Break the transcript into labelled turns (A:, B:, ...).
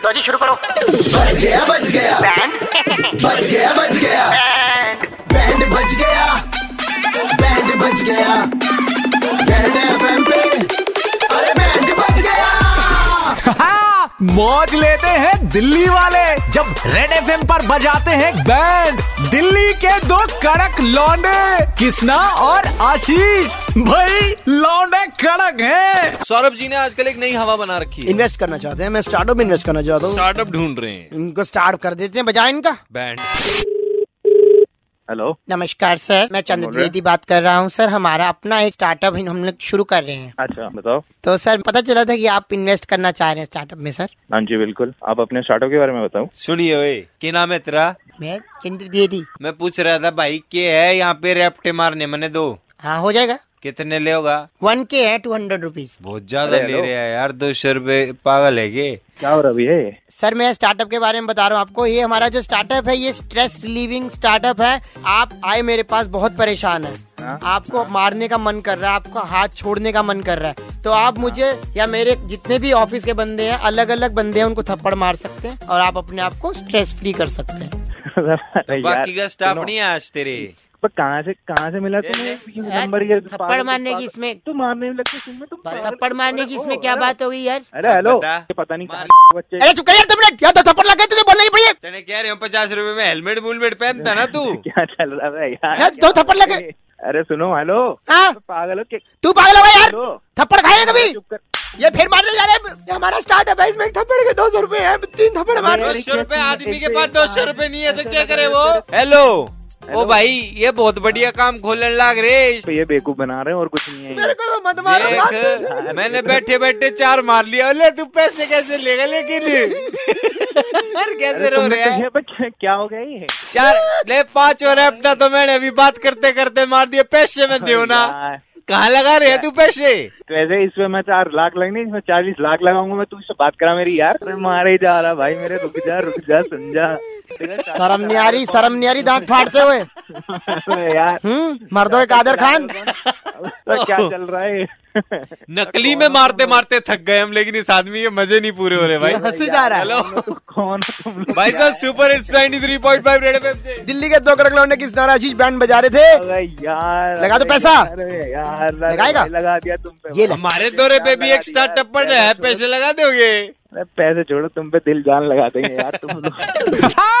A: लो तो जी शुरू करो
B: बच गया बच गया
A: बैंड
B: बच गया बच गया
A: बैंड
B: बैंड बच गया बैंड बच गया बैंड एफएम पे अरे बैंड बच गया
C: हाँ, मौज लेते हैं दिल्ली वाले जब रेड एफ पर बजाते हैं बैंड दिल्ली के दो कड़क लौंडे किसना और आशीष भाई लौंडे कड़क हैं
D: सौरभ जी ने आजकल एक नई हवा बना रखी है
E: इन्वेस्ट करना चाहते हैं मैं स्टार्टअप में इन्वेस्ट करना चाहता हूँ
D: स्टार्टअप ढूंढ रहे हैं
E: इनको स्टार्ट कर देते हैं बजाय इनका
D: बैंड
F: हेलो
E: नमस्कार सर मैं चंद्र
F: बोल रहे हैं?
E: द्विवेदी बात कर रहा हूँ सर हमारा अपना एक स्टार्टअप हम लोग शुरू कर रहे हैं
F: अच्छा बताओ
E: तो सर पता चला था कि आप इन्वेस्ट करना चाह रहे हैं स्टार्टअप में सर
F: हाँ जी बिल्कुल आप अपने स्टार्टअप के बारे में बताओ
D: सुनिए ओए के नाम है तेरा
E: मैं चंद्र द्विवेदी
D: मैं पूछ रहा था भाई के है यहाँ पे रेपटे मारने मैंने दो
E: हाँ हो जाएगा
D: कितने ले होगा
E: वन के है टू हंड्रेड रुपीज
D: बहुत ज्यादा
F: अरे
D: ले
F: हेलो।
D: रहे हैं यार दो सौ रूपए पागल है के
F: क्या हो रहा अभी है
E: सर मैं स्टार्टअप के बारे में बता रहा हूँ आपको ये हमारा जो स्टार्टअप है ये स्ट्रेस रिलीविंग स्टार्टअप है आप आए मेरे पास बहुत परेशान है
F: हाँ,
E: आपको मारने का मन कर रहा है आपका हाथ छोड़ने का मन कर रहा है तो आप मुझे या मेरे जितने भी ऑफिस के बंदे हैं अलग अलग बंदे हैं उनको थप्पड़ मार सकते हैं और आप अपने आप को स्ट्रेस फ्री कर सकते हैं
D: तो बाकी का स्टाफ नहीं है आज तेरे
F: पर कहाँ से कहाँ से मिला तुम्हें ये नंबर ये तो
E: थप्पड़
F: पागल-
E: मारने की
F: पागल-
E: इसमें-
F: तुम मारने में लगते सुन में तुम पागल-
E: थप्पड़ मारने की
F: अरे,
E: इसमें
F: ओ,
E: क्या
F: अरे,
E: बात होगी यार
F: अरे हेलो
D: बता।
F: पता नहीं कहाँ
D: मार-
F: के बच्चे
E: अरे चुप कर यार दो मिनट यार तो थप्पड़ लग गए तुझे बोलना नहीं पड़िए
D: तेने कह रहे हो पचास रूपए में हेलमेट वुलमेट पहनता ना तू
F: क्या चल रहा है यार
E: यार,
F: क्या
E: दो थप्पड़
F: बात
E: लगे।
F: है? अरे सुनो हेलो
E: हाँ
F: पागल हो के
E: तू पागल होगा यार
F: हेलो
E: थप्पड़ खाएगा कभी
F: चुप कर
E: ये फिर मारने जा रहे हैं ये हमारा स्टार्टअप है इसमें एक थप्पड़ के दो सौ रूपए है तीन थप्पड़ मार
D: दो सौ रूपए आदमी के पास दो सौ रूपए नहीं है तो क्या करे वो हेलो ओ भाई ये बहुत बढ़िया काम खोलने लाग रहे
F: तो ये बेवकूफ बना रहे हैं और कुछ नहीं है
E: मेरे
F: ये।
E: को तो मत मारो यार।
D: देख मैंने बैठे बैठे चार मार लिया अरे तू पैसे कैसे लेगा लेकिन अरे कैसे
F: अरे,
D: रो
F: तुमने
D: रहे
F: तो
D: हैं
F: ये बच्चे- क्या हो गया ये
D: चार ले पांच और अपना तो मैंने अभी बात करते करते मार दिए पैसे में दे ना
F: यार,
D: कहाँ लगा रहे है तू पैसे
F: तो ऐसे इसमें मैं चार लाख लगने इसमें चालीस लाख लगाऊंगा मैं तुझसे बात करा मेरी यार अरे मारे जा रहा भाई मेरे रुक जा रुक जा समझा
E: शर्म नहीं आ रही शर्म नहीं आ रही दांत फाड़ते हुए
F: अरे यार
E: हम्म मर्दों कादर खान
F: तो क्या चल रहा है
D: नकली में मारते मारते थक गए हम लेकिन इस आदमी के मजे नहीं पूरे हो रहे भाई
E: हंसी जा रहा है
D: हेलो
F: कौन हो तुम लोग
D: भाई साहब सुपर हिट्स 93.5 रेड एफएम से
E: दिल्ली के दो कड़क लौंडे किस नारा आशीष बैंड बजा रहे थे
F: अरे यार
E: लगा दो
F: अरे
E: पैसा।
F: अरे यार अरे
E: लगाएगा?
F: लगा दिया तुम पे
E: ये ले।
D: हमारे दौरे पे भी एक स्टार्टअप पड़ रहा है पैसे लगा दोगे
F: अरे पैसे छोड़ो तुम पे दिल जान लगा देंगे यार तुम लोग
C: हाँ।